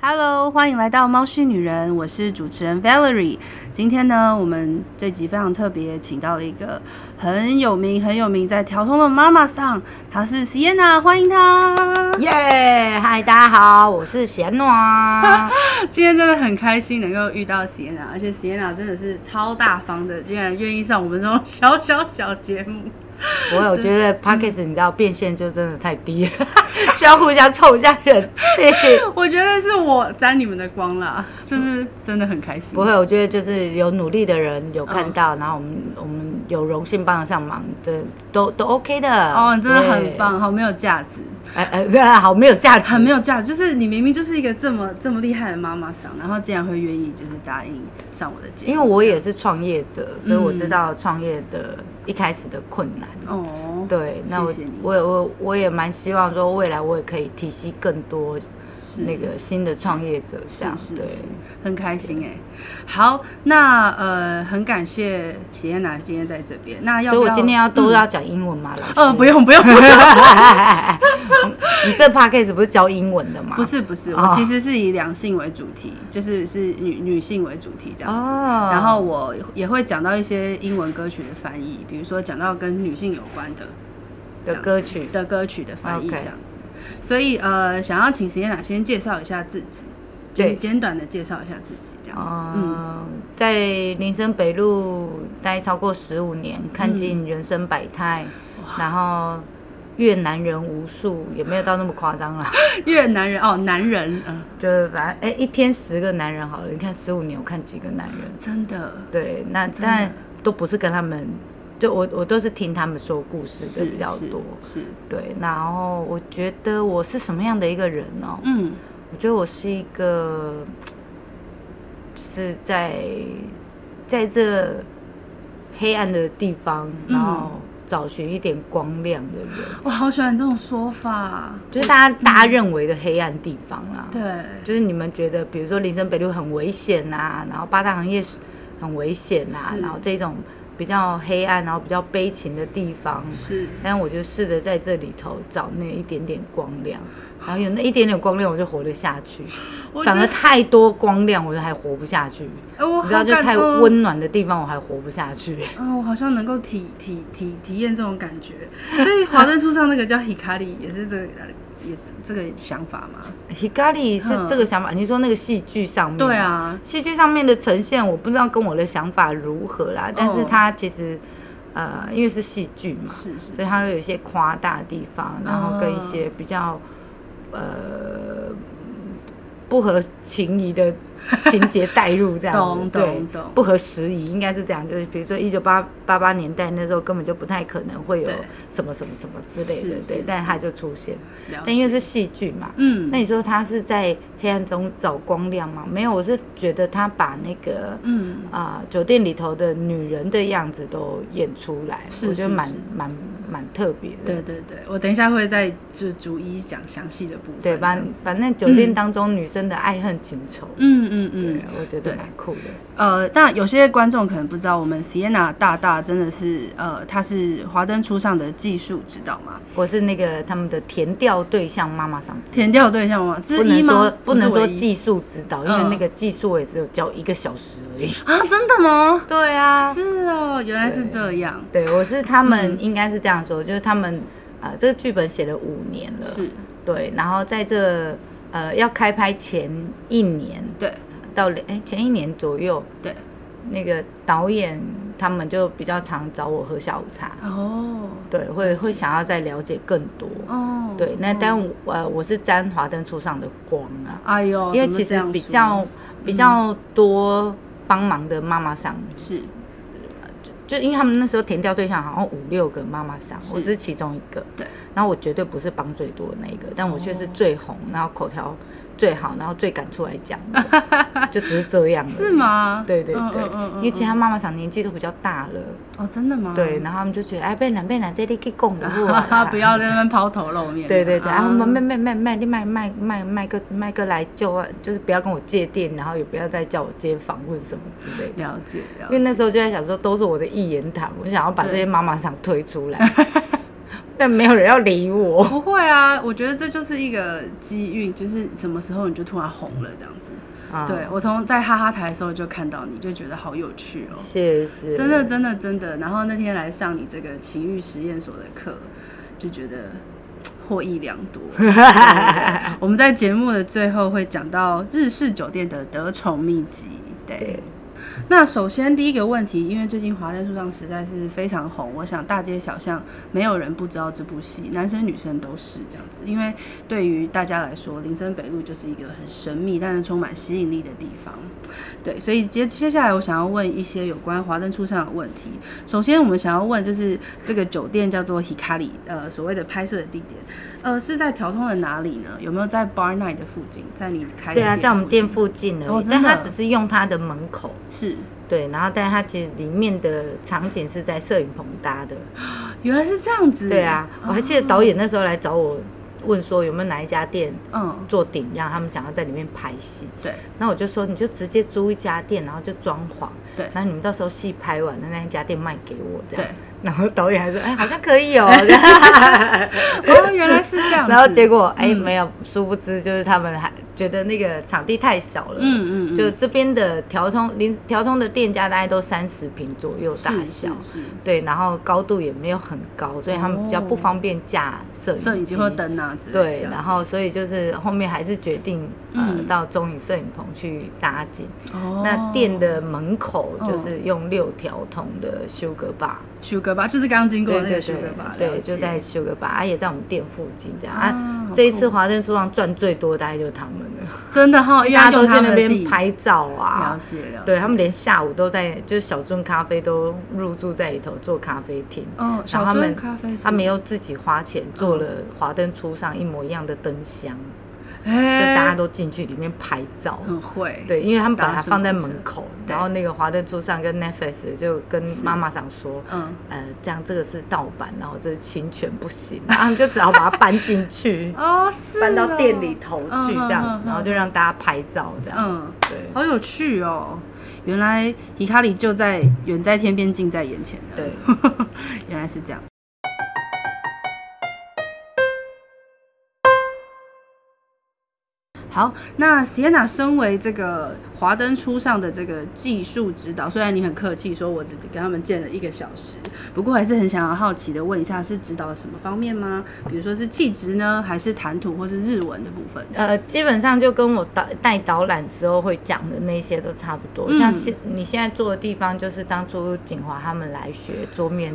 Hello，欢迎来到猫系女人，我是主持人 Valerie。今天呢，我们这集非常特别，请到了一个很有名、很有名在调通的妈妈桑，她是 Sienna，欢迎她。耶！嗨，大家好，我是贤 诺。啊今天真的很开心能够遇到 Sienna，而且 Sienna 真的是超大方的，竟然愿意上我们这种小小小节目。 我有觉得 p o c k e t 你知道变现就真的太低了， 需要互相凑一下人气。 我觉得是我沾你们的光啦，就是真的很开心。不会，我觉得就是有努力的人有看嗯到，然后我们我们有荣幸帮得上忙，这都都 OK 的。哦，你真的对很。棒，好没有价值。哎哎，对啊，好没有价值很。没有价值，就是你明明就是一个这么这么厉害的妈妈桑，然后竟然会愿意就是答应上我的节目，因为我也是创业者，所以我知嗯道创业的一开始的困难。哦，对，那我谢谢你我也我我也蛮希望说未来我也可以体系更多是那个新的创业者这样是是对。是，很开心哎、好，那呃，很感谢喜燕娜今天在这边，那要所不以我要今天要都要讲英文吗？老师呃不。用不用，不用 你这 p a c k a g e 不是教英文的吗？不是不是，哦我其实是以两性为主题，就是是女女性为主题这样子。哦然后我也会讲到一些英文歌曲的翻译，比如说讲到跟女性有关的这的样子歌曲的歌曲的翻译 OK 这样子。所以呃，想要请石燕娜先介绍一下自己，对简简短的介绍一下自己这样。嗯，在林森北路待超过十五年，嗯看尽人生百态，然后越南人无数，也没有到那么夸张啦。越南人哦，男人，嗯，就是反正哎，一天十个男人好了，你看十五年我看几个男人？真的对，那的但都不是跟他们，就我我都是听他们说故事是的比较多。是，是对，然后我觉得我是什么样的一个人呢、嗯我觉得我是一个，就是在在这黑暗的地方，然后嗯找寻一点光亮的人，我好喜欢这种说法，就是大家大家认为的黑暗地方啊。对，就是你们觉得，比如说林森北路很危险呐、然后八大行业很危险呐、是然后这种比较黑暗，然后比较悲情的地方，是但我就试着在这里头找那一点点光 亮，然后有那一点点光亮，我就活得下去。我觉反而得，太多光亮，我就还活不下去。哎我你知道，好就感太动。温暖的地方，我还活不 下去。啊、我好像能够体体体体验这种感觉， 所以华灯初上那个叫 Hikari 也是这个也这个想法 嘛？ Hikari 是嗯这个想法，你说那个戏剧上面，对，啊，戏剧上面的呈现，我不知道跟我的想法如何哦啦。但是它其实，呃，因为是戏剧嘛，是是所以它会有一些夸大的地方，然后跟一些比较，呃。不合情 宜的情节带入，这样子懂对懂懂不合时宜，应该是这样。就是比如说一九八八八年代那时候根本就不太可能会有对什么什么什么之类的是，对是，但是它就出现。了但因为解是戏剧嘛，嗯，那你说他是在黑暗中找光亮吗？没有，我是觉得他把那个嗯啊、酒店里头的女人的样子都演出来，是我觉得是蛮是蛮蛮特别的。对对对，我等一下会再就逐一讲详细的部分。对，这样反子反正酒店当中女生的爱恨情仇，嗯嗯对嗯，我觉得对蛮酷的。呃，那有些观众可能不知道，我们 Sienna 大大真的是呃，她是华灯初上的技术指导嘛，我是那个他们的填调对象妈妈上司。填调对象嘛，之不一能吗说？不能是唯说一技术指导，因为嗯那个技术我也只有教一个小时而已。啊，真的吗？对 啊，是哦，原来是这样，对，我是他嗯们应该是这样说，就是他们呃，这个剧本写了五年了，是，对，然后在这呃要开拍前一年对到两哎前一年左右，对，那个导演他们就比较常找我喝下午茶，哦对，会会想要再了解更多，哦，对，那但我呃我是沾华灯初上的光啊，哎呦，因为怎么其这实样比说嗯较比较多帮忙的妈妈上是就因为他们那时候填掉对象好像五六个妈妈桑，是我是其中一个。对，哦然后我绝对不是帮最多的那一个，但我却是最红，然后口条最好，然后最敢出来讲的， 就只是这样。是？吗？对对嗯对，嗯嗯嗯因为其他妈妈桑年纪都比较大了，哦，真的吗？对，然后他们就觉得哎，被男被男这里去供 ，了不。要在那边抛头露面。对对对，然后啊卖卖卖卖卖，你卖卖卖卖个卖个来就啊就是不要跟我借电，然后也不要再叫我接访问什么之类的。了解了因为解， 那时候就在想说，都是我的一言堂，我想要把这些妈妈想推出来。但没有人要理我。不会啊，我觉得这就是一个机遇，就是什么时候你就突然红了这样子。啊对，我从在哈哈台的时候就看到你，就觉得好有趣哦，谢谢。真的真的真的。然后那天来上你这个情欲实验所的课，就觉得嘖获益良多。对对对我们在节目的最后会讲到日式酒店的得宠秘籍，对，那首先第一个问题，因为最近《华灯初上》实在是非常红，我想大街小巷没有人不知道这部戏，男生女生都是这样子。因为对于大家来说，林森北路就是一个很神秘但是充满吸引力的地方。对，所以接接下来我想要问一些有关《华灯初上》的问题。首先，我们想要问就是这个酒店叫做 Hikari，呃，所谓的拍摄的地点，呃，是在调通的哪里呢？有没有在 Bar Night 的附近？在你开的对啊，店在我们附近店附近而哦已，真但的他只是用他的门口。是，对，然后但它其实里面的场景是在摄影棚搭的。原来是这哦样子。对啊，我还记得导演那时候来找我问说有没有哪一家店嗯，做顶让他们想要在里面拍戏。对那我就说你就直接租一家店，然后就装潢，对然后你们到时候戏拍完的那一家店卖给我这对样。，然后导演还说，哎，好像可以哦。 这样哦，原来是这样子。 然后结果哎、嗯没有，殊不知就是他们还觉得那个场地太小了，嗯，嗯嗯，就这边的调通临调通的店家大概都三十平左右大是小，是是，对，然后高度也没有很高，所以他们比较不方便架摄影摄影机或灯啊之类的这对，样子。然后所以就是后面还是决定呃、嗯到中影摄影棚去搭景。哦，那店的门口哦就是用六条通的修格坝， Sugar 吧，就是刚经过对的那对个 Sugar 吧，对，对了解就在修格坝，啊也在我们店附近这样啊啊好。这一次酷华灯初上赚最多，大概就是他们了，真的 哈，因为大家他都用他去们那的边地拍照啊了。解了解。对他们连下午都在，就是小樽咖啡都入住在里头做咖啡厅。哦，然后小他樽们咖啡是，嗯他们又自己花钱做了华灯初上一模一样的灯箱，就哎，嗯大家都进去里面拍照。很会，对，因为他们把搭它出放在房车门口，对然后那个华灯初上跟 Netflix 就跟妈妈想说，嗯，，呃，这样这个是盗版，然后这是侵权不行， 然后他们就只好把它搬进去 哦是搬哦到店里头去嗯这样嗯嗯子，然后就让大家拍照这样。嗯，对好有趣哦。原来皮卡里就在远在天边，近在眼前的。对， 原来是这样。好，那 Sienna 身为这个华灯初上的这个技术指导，虽然你很客气说我只跟他们见了一个小时，不过还是很想要好奇的问一下，是指导什么方面吗？比如说是气质呢，还是谈吐，或是日文的部分？呃，基本上就跟我导带导览之后会讲的那些都差不多。嗯像现你现在做的地方，就是当初景华他们来学桌面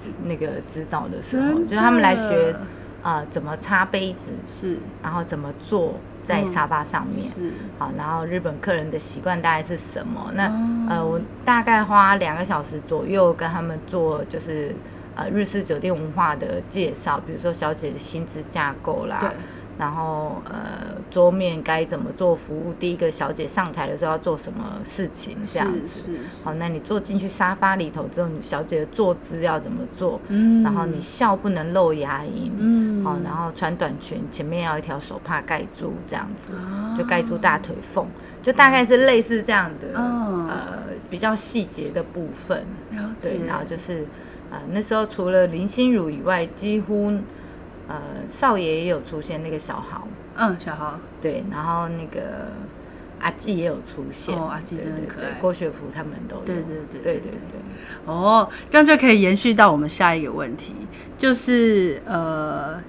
指那个指导的时候，真的就是他们来学哦呃怎么擦杯子，是然后怎么坐在嗯沙发上面。是好，然后日本客人的习惯大概是什么？那、哦呃，我大概花两个小时左右跟他们做，就是呃日式酒店文化的介绍，比如说小姐的薪资架构啦，对，然后呃，桌面该怎么做服务？第一个小姐上台的时候要做什么事情？这样是子。是是，好，那你坐进去沙发里头之后，你小姐的坐姿要怎么做？嗯然后你笑不能露牙龈，嗯好，然后穿短裙，前面要一条手帕盖住，这样子啊就盖住大腿缝，就大概是类似这样的，哦呃，比较细节的部分。了解对，，然后就是，呃，那时候除了林心如以外，几乎，呃，少爷也有出现那个小豪，嗯，小豪，对，然后那个阿纪也有出现，哦阿纪对真的对可对爱郭雪芙他们都有，对对对对对对对哦，这样就可以延续到我们下一个问题，就是呃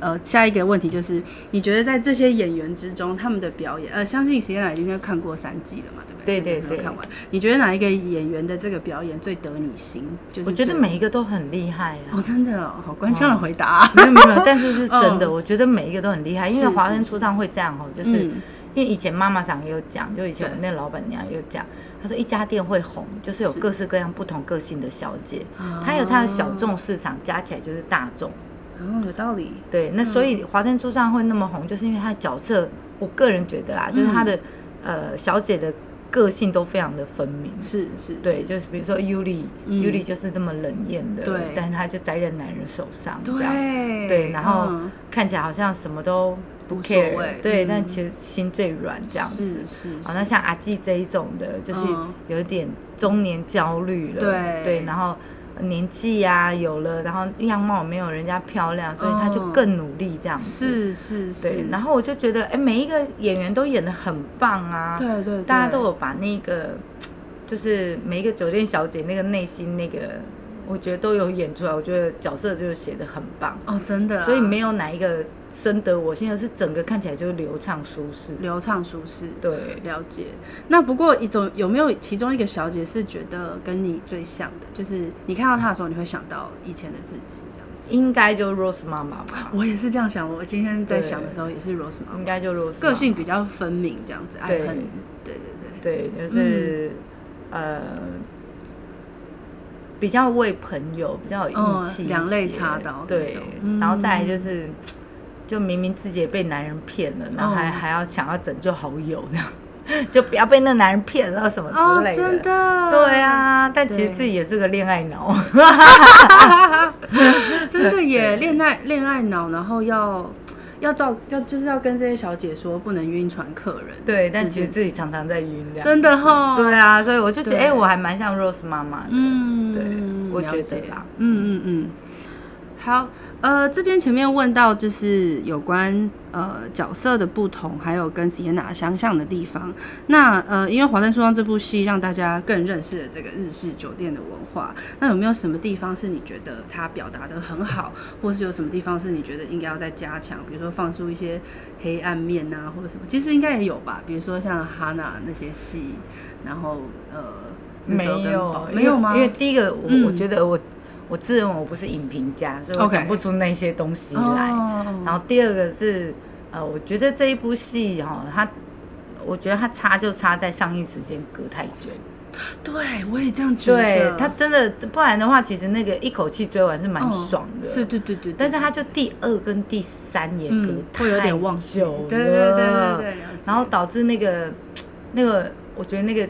呃，下一个问题就是，你觉得在这些演员之中，他们的表演，呃，相信时间来应该看过三季了嘛，对不对？对对这个都对看完。你觉得哪一个演员的这个表演最得你心？就是我觉得最每一个都很厉害啊，哦，真的哦，好官腔的回答啊、没有没有没有，但 是是真的，嗯我觉得每一个都很厉害，因为是华是灯是初上会这样哦， 就是嗯因为以前妈妈桑也有讲，就以前我们那老板娘也有讲，她说一家店会红，就是有是各式各样不同个性的小姐啊，她有她的小众市场，加起来就是大众。哦，有道理。对，那所嗯以华灯初上会那么红，就是因为她的角色，我个人觉得啦，嗯就是她的呃小姐的个性都非常的分明。是是，对，是就是比如说 Yuli，Yuli、嗯就是这么冷艳的，对但是她就栽在男人手上，这样。对对，然后嗯看起来好像什么都不无所 care，谓对，嗯但其实心最软这样子是。是，好，那像阿纪这一种的，就是嗯有一点中年焦虑了，对对，然后年纪啊有了，然后样貌没有人家漂亮，所以他就哦更努力这样是子。是对嗯是，，然后我就觉得，哎，每一个演员都演的很棒啊，对对对，大家都有把那个，就是每一个酒店小姐那个内心那个，我觉得都有演出来，我觉得角色就是写的很棒，哦，真的啊、所以没有哪一个深得我心，而是整个看起来就是流畅舒适。流畅舒适。对，了解。那不过一种有没有其中一个小姐是觉得跟你最像的，就是你看到她的时候，你会想到以前的自己这样子。应该就 Rose 妈妈吧，我也是这样想，我今天在想的时候也是 Rose 妈应妈，该就 Rose 妈妈个性比较分明这样子，爱啊对恨，对对对，就是、嗯呃比较为朋友比较有义气一嗯些、两肋插刀那对种，嗯然后再来就是。就明明自己也被男人骗了，然后还、哦还要想要拯救好友这样， 就不要被那男人骗了什么对。哦之，类真的，对，啊，但其实对自己也是个恋爱脑。 真的 耶，恋爱恋爱脑，然后要要照要就是要跟这些小姐说不能晕船客人，对，但这其实件自己常常在晕这样。真的哈，对啊，所以我就觉得，哎、对我还蛮像 Rose 妈妈的。嗯，对我觉了得解啦嗯嗯嗯，好，呃，这边前面问到就是有关呃角色的不同，还有跟 Sienna 相像的地方。那呃，因为《华灯初上》这部戏让大家更认识了这个日式酒店的文化，那有没有什么地方是你觉得它表达的很好，或是有什么地方是你觉得应该要再加强？比如说放出一些黑暗面啊，或者什么，其实应该也有吧。比如说像哈娜那些戏，然后呃。那没时候跟有宝，没有吗？因为因为第一个，我、嗯我觉得我我自认为我不是影评家，所以我 OK 讲不出那些东西来。哦然后第二个是，呃，我觉得这一部戏哈、它我觉得它差就差在上映时间隔太久。对我也这样觉得，对，它真的不然的话，其实那个一口气追完是蛮哦爽的。是，对对对，对但是它就第二跟第三也隔嗯太会久了，有点忘记，对对对对对，了解然后导致那个那个，我觉得那个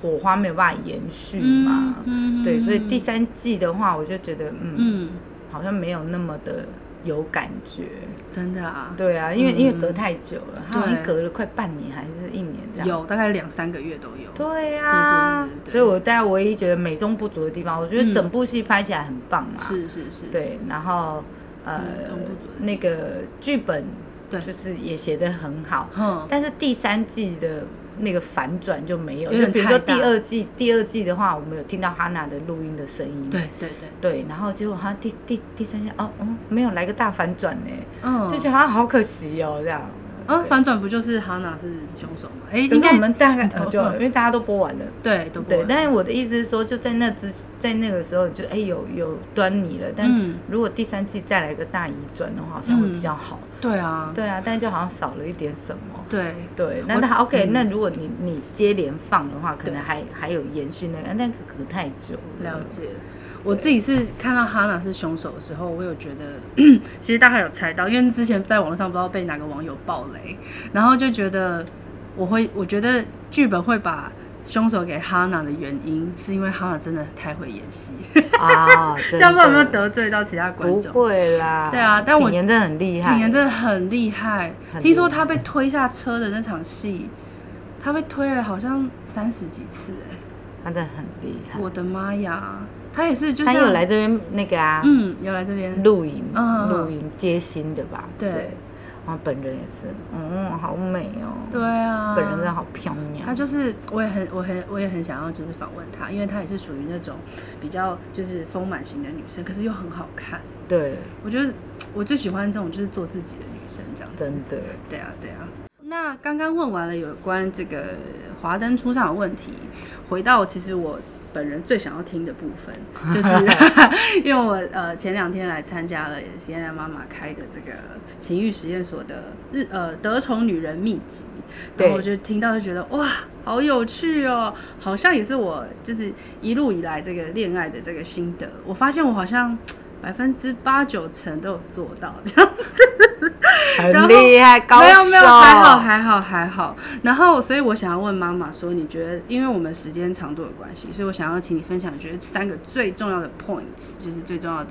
火花没有办法延续嘛。嗯对，所以第三季的话，我就觉得嗯，嗯，好像没有那么的有感觉。真的啊，对啊，因为、因为嗯隔太久了，它好对像隔了快半年还是一年这样。有大概两三个月都有，对啊，对对对对对嗯所以我大概唯一觉得美中不足的地方，我觉得整部戏拍起来很棒嘛。，是是是，啊对，然后呃美中不足的地，方那个剧本对就是也写得很好，哼，但是第三季的那个反转就没有，有点就比如说太大第二季，第二季的话，我们有听到哈娜的录音的声音，对对对，对，然后结果她第第第三季，哦，嗯，没有来个大反转呢，嗯，就觉得她好可惜哦，这样。嗯，对反转不就是哈娜是凶手吗？哎，可应是该我们 大概嗯呃就因为大家都播完了，对都不对，会但是我的意思是说，就在那之在那个时候就哎有有端倪了，但嗯如果第三季再来个大移转的话，好像会比较好。对啊，对啊，但就好像少了一点什么。对对，我那他 OK，、嗯那如果你你接连放的话，可对能还还有延续那个，但隔太久了了。解。我自己是看到哈娜是凶手的时候，我有觉得， 其实大概有猜到，因为之前在网络上不知道被哪个网友爆雷，然后就觉得我会，我觉得剧本会把凶手给哈娜的原因，是因为哈娜真的太会演戏，啊， 这这样不知道有没有得罪到其他观不众。会啦。对啊但我品言真的很厉害，品言真的很厉害，很厉害听说他被推下车的那场戏，他被推了好像三十几次、哎，他真的很厉害。我的妈呀！他也是就他像有来，这边那个啊，嗯，有来这边露营，嗯嗯嗯露营接新的吧？对然后本人也是，嗯，好美哦。对，啊，本人真的好漂亮。他就是，我也很，我很，我也很想要就是访问她，因为她也是属于那种比较就是丰满型的女生，可是又很好看。对，我觉得我最喜欢这种就是做自己的女生这样子。真 的。对啊，对啊。那刚刚问完了有关这个华灯初上的问题，回到其实我本人最想要听的部分，就是因为我呃前两天来参加了现在妈妈开的这个情欲实验所的日呃得宠女人秘籍，然后对我就听到就觉得哇。好有趣哦，好像也是我就是一路以来这个恋爱的这个心得，我发现我好像百分之八九成都有做到这样。然很后厉害，高手。没有没有，还好还好还好。然后，所以我想要问妈妈说，你觉得，因为我们时间长度的关系，所以我想要请你分享，你觉得三个最重要的 points，就是最重要的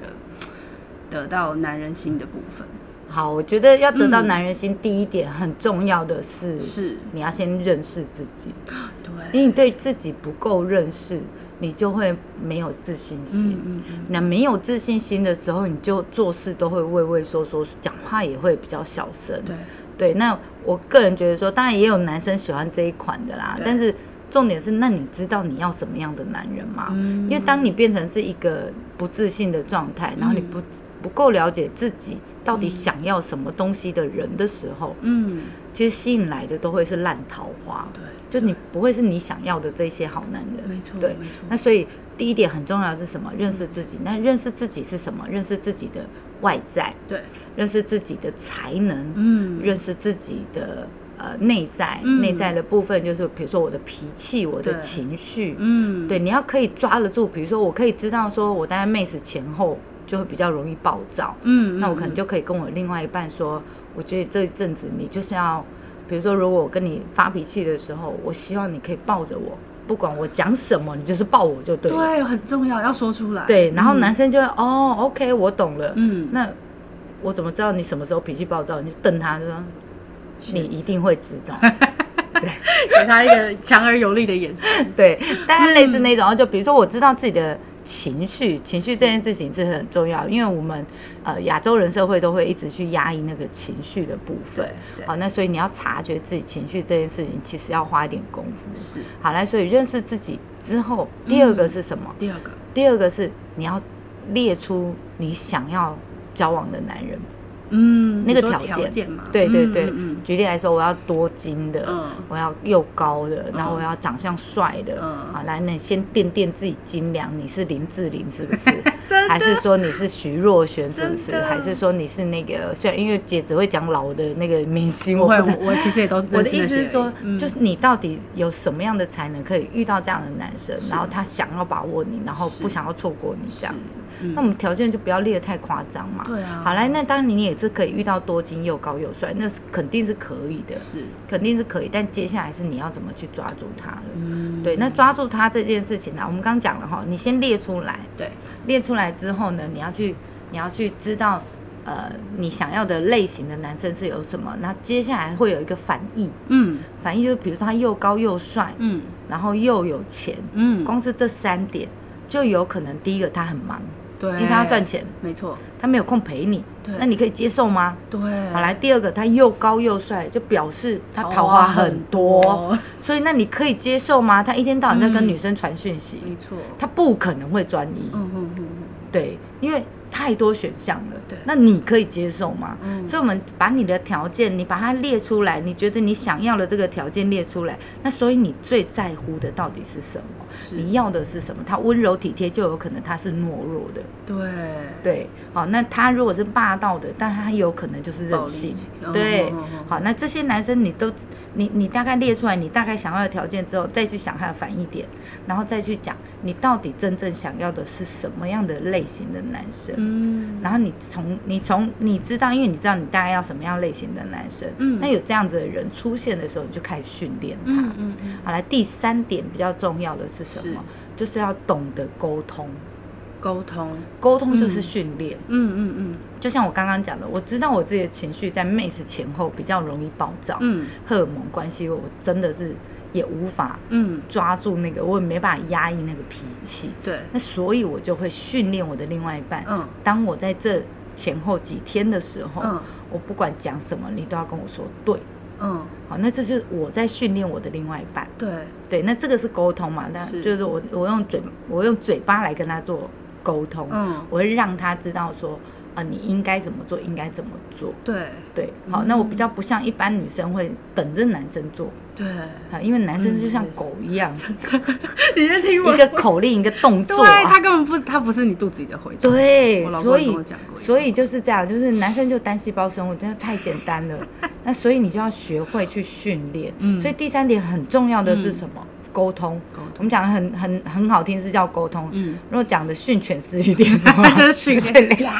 得到男人心的部分好，我觉得要得到嗯男人心，第一点很重要的是，是，你要先认识自己，因对，为你对自己不够认识，你就会没有自信心。嗯嗯那没有自信心的时候，你就做事都会畏畏缩缩，讲话也会比较小声。嗯，对，对，那我个人觉得说，当然也有男生喜欢这一款的啦，对但是重点是，那你知道你要什么样的男人吗？嗯因为当你变成是一个不自信的状态，然后你嗯不、不够了解自己到底想要什么东西的人的时候，嗯，其实吸引来的都会是烂桃花，对，就你不会是你想要的这些好男人。没错，对没错，那所以第一点很重要的是什么？认识自己。那认识自己是什么？认识自己的外在，对，认识自己的才能，嗯，认识自己的呃内在，嗯内在的部分就是比如说我的脾气、我的对情绪，嗯，对，你要可以抓得住。比如说，我可以知道说我大概 m 死前后就会比较容易暴躁，嗯，嗯，那我可能就可以跟我另外一半说，我觉得这一阵子你就是要，比如说如果我跟你发脾气的时候，我希望你可以抱着我，不管我讲什么，你就是抱我就对了。对很重要，要说出来，，对，然后男生就会、哦，OK，我懂了。嗯，那我怎么知道你什么时候脾气暴躁？你就瞪他，就说是你一定会知 道。给他一个强而有力的眼 神，对，大概类似嗯那种。然后就比如说，我知道自己的情绪，情绪这件事情是很重要，因为我们呃亚洲人社会都会一直去压抑那个情绪的部分。对，对，好，那所以你要察觉自己情绪这件事情，其实要花一点功夫。是好，来，所以认识自己之后，第二嗯个是什么？第二个，第二个是你要列出你想要交往的男人。嗯，那你个说条条件件嘛，对对嗯对，嗯嗯举例来说，我要多金的，嗯我要又高的，然后我要长相帅的，嗯啊，来，那你先垫垫自己斤两，你是林志玲是不是？ 真还是说你是徐若瑄是不是真？的还是说你是那个？虽然因为姐只会讲老的那个明星，不我会，不知道。我我其实也都认识我的意那思些是说而已，嗯就是你到底有什么样的才能可以遇到这样的男生，然后他想要把握你，然后是不想要错过你这样子。是嗯那我们条件就不要列得太夸张嘛。对啊好来，那当然你也是可以遇到多金又高又帅，那是肯定是可以的，是，肯定是可以。但接下来是你要怎么去抓住他了。嗯，对，那抓住他这件事情呢、我们刚讲了哈，你先列出来，对，列出来之后呢，你要去你要去知道，呃，你想要的类型的男生是有什么，那接下来会有一个反义，嗯反义就是比如说他又高又帅，嗯然后又有钱，嗯，光是这三点就有可能第一个他很忙，对，因为他要赚，钱，没错，他没有空陪你，对那你可以接受吗？对，好来，第二个他又高又帅，就表示他桃花很多，桃花很多所以那你可以接受吗？他一天到晚在跟嗯女生传讯息，没错，他不可能会专一，嗯嗯嗯嗯，对，因为太多选项了。对那你可以接受吗？嗯所以我们把你的条件，你把它列出来，你觉得你想要的这个条件列出来，那所以你最在乎的到底是什么？是你要的是什么？他温柔体贴，就有可能他是懦弱的，对对，好，那他如果是霸道的，但他有可能就是暴任力性倾，向对嗯嗯嗯，好，那这些男生你都，你你大概列出来你大概想要的条件之后，再去想他的反义点，然后再去讲你到底真正想要的是什么样的类型的男生，嗯，然后你从你从你知道，因为你知道你大概要什么样类型的男生，嗯那有这样子的人出现的时候，你就开始训练他。嗯嗯嗯，好，来第三点比较重要的是什么？就是要懂得沟通，沟通，沟通就嗯是训练。嗯嗯就像我刚刚讲的，我知道我自己的情绪在 m a 前后比较容易暴躁，嗯荷尔蒙关系，我真的是也无法嗯嗯，抓住那个，我也没办法压抑那个脾气，对，那所以我就会训练我的另外一半，嗯当我在这前后几天的时候，嗯我不管讲什么，你都要跟我说对，嗯好，那这就是我在训练我的另外一半，对，对，那这个是沟通嘛，那是就是我我用嘴我用嘴巴来跟他做沟通，嗯我会让他知道说，啊、你应该怎么做，应该怎么做。对对，嗯好，那我比较不像一般女生会等着男生做对， 啊，因为男生就像嗯狗 一样，你在听我一个口令一个动对作、啊他。根本不，他不是你肚子里的蛔虫，对我，老公所也跟以我讲过一个所以就是这样，就是男生就单细胞生物，真的太简单 了。那所以你就要学会去训练。嗯所以第三点很重要的是什么？沟通。沟通我们讲得很很很好听是叫沟通， 嗯如果讲的训犬式一点的话， 就是训 训练练。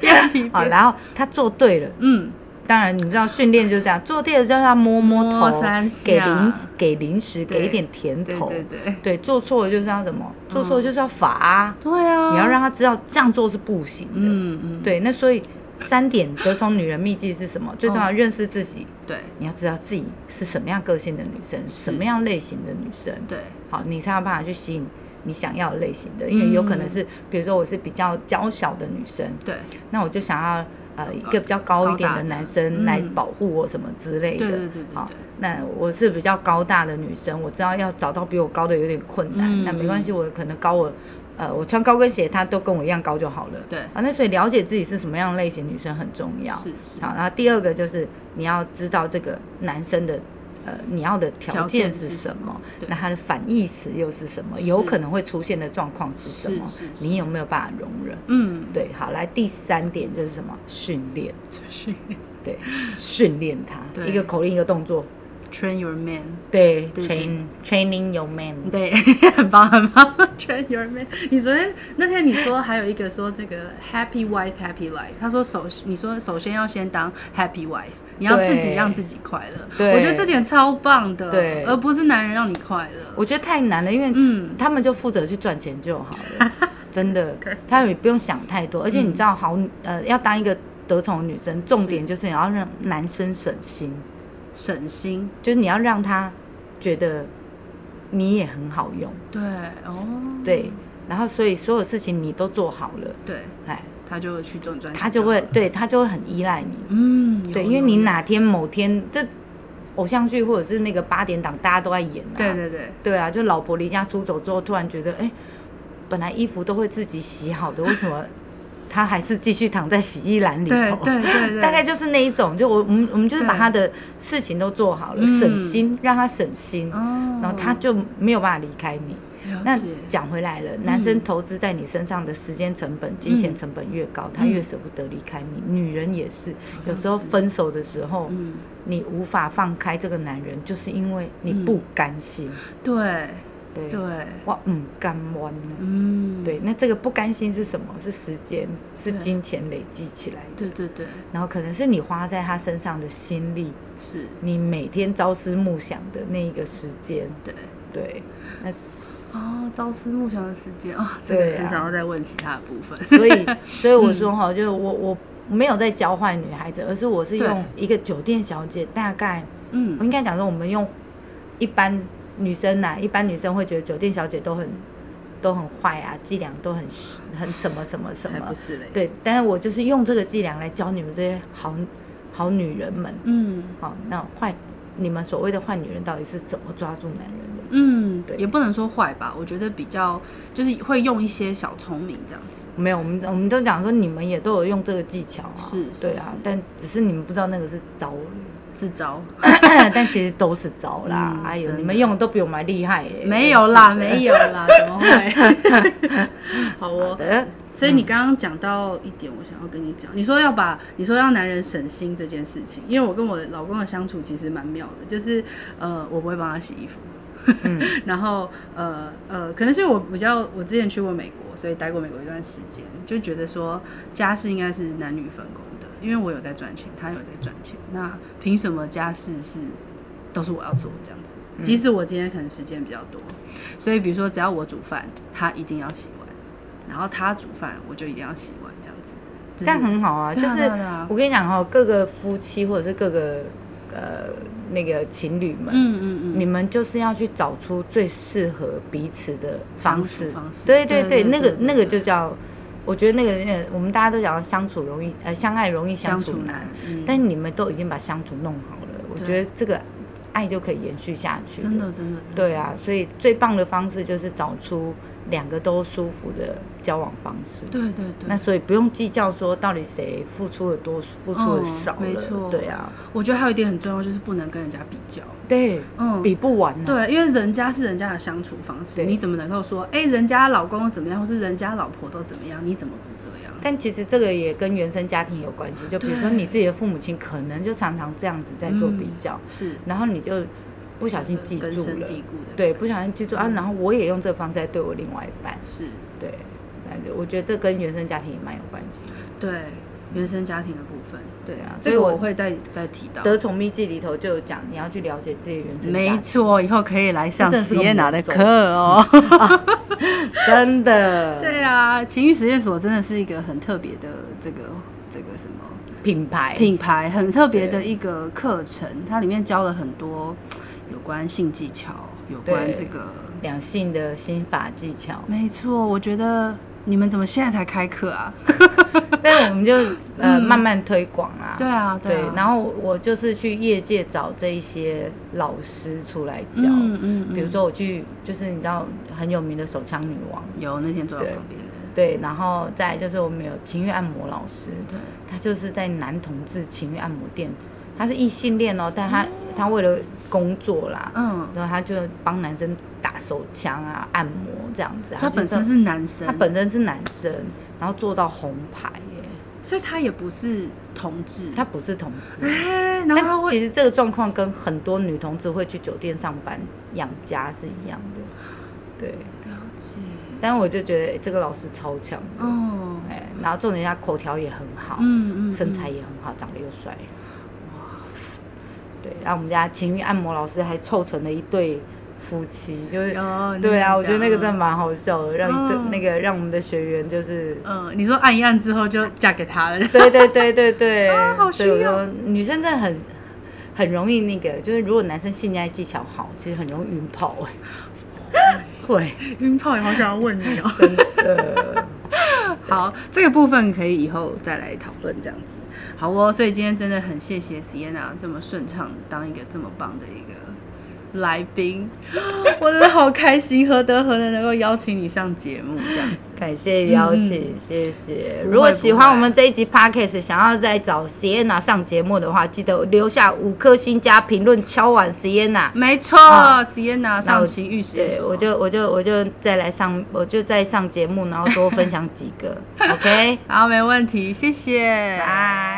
边皮好，边，然后他做对了，嗯，当然，你知道训练就是这样，坐垫就要摸摸头，摸三下给零给零食，对给一点甜对头。对嗯对，对做错了就是要怎么？做错了就是要罚啊、对啊，你要让他知道这样做是不行的。嗯嗯对，那所以三点得宠女人秘籍是什么？最重要的认识自己，对你要知道自己是什么样个性的女生，是什么样类型的女生，对好，你才有办法去吸引你想要的类型的，因为有可能是，比如说我是比较娇小的女生，对那我就想要呃一个比较高一点高大的的男生嗯来保护我什么之类的。对对对对好对，那我是比较高大的女生，我知道要找到比我高的有点困难，嗯那没关系，我可能高我。呃，我穿高跟鞋，她都跟我一样高就好了。对啊，那所以了解自己是什么样类型女生很重要。是是，好，然后第二个就是你要知道这个男生的呃你要的条件条是什么件是什么，对那他的反义词又是什么，是有可能会出现的状况是什么是是，是你有没有办法容忍？嗯，对，好，来第三点就是什么？训练，就是 对，训练他对一个口令一个动作， train your man，对对，train training your man，对，很棒很棒，train your man。你昨天那天你说还有一个说这个 happy wife happy life，他说首你说首先要先当 happy wife，你要自己对让自己快乐。对我觉得这点超棒的，对而不是男人让你快乐。我觉得太难了，因为嗯，他们就负责去赚钱就好 了，真的对，嗯他们也不用想太多。而且你知道好，呃，要当一个得宠的女生，重点就是你要让男生省心，省心，就是你要让他觉得你也很好用，对哦，对。然后所以所有事情你都做好了，对，哎，他就会去赚赚钱，他就会对他就会很依赖你，嗯，有对，因为你有哪天某天这偶像剧或者是那个八点档大家都在演、啊，对对对，对啊，就老婆离家出走之后，突然觉得，哎、本来衣服都会自己洗好的，为 什么她还是继续躺在洗衣篮里对头？对对对，大概就是那一种，就我我们我们就是把对她的事情都做好了，嗯省心，让她省心，哦，然后她就没有办法离开你。那了解，嗯讲回来了，男生投资在你身上的时间成本、金钱成本越嗯高，他越舍不得离开你。女人也是，有时候分手的时候，啊嗯，你无法放开这个男人，就是因为你不甘心。对对嗯对，我唔甘愿呢。嗯，对，那这个不甘心是什么？是时间，是对金钱累积起来的，对对对，然后可能是你花在他身上的心力，是，你每天朝思暮想的那一个时间，对。对，那哦，朝思暮想的时间啊，这对个啊很想要再问其他的部 分。所以所以我说嗯哈，就是我我没有在教坏女孩子，而是我是对用一个酒店小姐，大概我嗯，应该讲说，我们用一般女生呐、一般女生会觉得酒店小姐都很都很坏啊，伎俩都很很什么什么什才么不，是嘞。对，但是我就是用这个伎俩来教你们这些好好女人们，嗯好、那坏你们所谓的坏女人到底是怎么抓住男人的？嗯对，也不能说坏吧，我觉得比较就是会用一些小聪明这样子。没有，我们我们都讲说你们也都有用这个技巧啊，是是对啊是，但只是你们不知道那个是招而自招？已， 但其实都是招啦。嗯哎真呦，的你们用的都比我们还厉害耶、没有啦，真是的没有 啦，怎么会？好好哦。的，所以你刚刚讲到一点，我想要跟你讲，你说要把你说让男人省心这件事情，因为我跟我老公的相处其实蛮妙的，就是呃，我不会帮他洗衣服，嗯， 然后呃呃，可能是我比较，我之前去过美国，所以待过美国一段时间，就觉得说家事应该是男女分工的，因为我有在赚钱，他有在赚钱，那凭什么家事是都是我要做这样子？即使我今天可能时间比较多，所以比如说只要我煮饭，他一定要洗碗，然后他煮饭我就一定要洗碗这样子，就是这样很好啊。对就啊是对啊对啊我跟你讲哦，各个夫妻或者是各个呃那个情侣们，嗯嗯嗯，你们就是要去找出最适合彼此的方相式。处方式对对对对，对那个对对那个就叫，我觉得那个那个我们大家都讲到相处容易，呃，相爱容易相相处处难难。，嗯但你们都已经把相处弄好了，我对觉得这个爱就可以延续下去。真的。真的真的对啊，所以最棒的方式就是找出两个都舒服的交往方式。对对对，那所以不用计较说到底谁付出的多，付出的少了，嗯没错对啊，我觉得还有一点很重要，就是不能跟人家比较。对，嗯，比不完、啊，，对，因为人家是人家的相处方式，对你怎么能够说，哎、人家老公怎么样，或是人家老婆都怎么样，你怎么不这样？但其实这个也跟原生家庭有关系，就比如说对你自己的父母亲可能就常常这样子在做比较，是然后你就不小心记嗯根住深了，蒂固的，对，不小心记住啊，然后我也用这个方式在对我另外一半，是对，那我觉得这跟原生家庭也蛮有关系。对原生家庭的部分，对对啊这所以个我我会再再提到。得宠秘籍里头就有讲，你要去了解自己的原生家没庭，错，以后可以来上这真是实个验拿魔的咒课哦。 真的，对啊，情欲实验所真的是一个很特别的这个这个什么品牌，品牌很特别的一个课程，它里面教了很多有关性技巧，有关对这个。两性的心法技巧没错，我觉得你们怎么现在才开课啊？但我们就呃、慢慢推广啊。嗯对啊，对啊，然后我就是去业界找这一些老师出来教，嗯嗯，嗯比如说我去就是你知道很有名的手枪女王，有那天坐在对旁边的，对，然后再来就是我们有情欲按摩老师，对，他就是在男同志情欲按摩店，他是异性恋哦，但他、他为了工作啦，嗯，然后他就帮男生打手枪啊、按摩这样子，啊他就本身这是男生，他本身是男生，然后做到红牌耶，所以他也不是同志，他不是同志。哎，然后他但会其实这个状况跟很多女同志会去酒店上班养家是一样的，对。了解，但我就觉得、欸这个老师超强的，哦，哎、然后重点他口条也很好，嗯嗯，身材嗯也很好，长得又帅，哇！对，然后我们家情欲按摩老师还凑成了一对夫妻，就是。哦有，对啊，我觉得那个真的真，蛮好笑的，让一对、嗯那个让我们的学员就是，嗯，你说按一按之后就嫁给他了， 对对对对对，啊好所以我需要说女生真的很很容易那个，就是如果男生性爱技巧好，其实很容易晕炮哎、 会晕炮也好想要问你哦。真的，好，这个部分可以以后再来讨论这样子。好哦，所以今天真的很谢谢 Sienna 这么顺畅当一个这么棒的一个来宾， 我真的好开心，何德何能能够邀请你上节目这样子。感谢邀请，谢谢。嗯不会如果喜欢不会我们这一集 podcast，想要再找 Sienna 上节目的话，记得留下五颗星加评论敲碗 Sienna。没错、好 s i e n n a 那上我情欲实验对，所，我就我就我就再来上，我就再上节目，然后多分享几个，OK，好，没问题，谢谢，拜。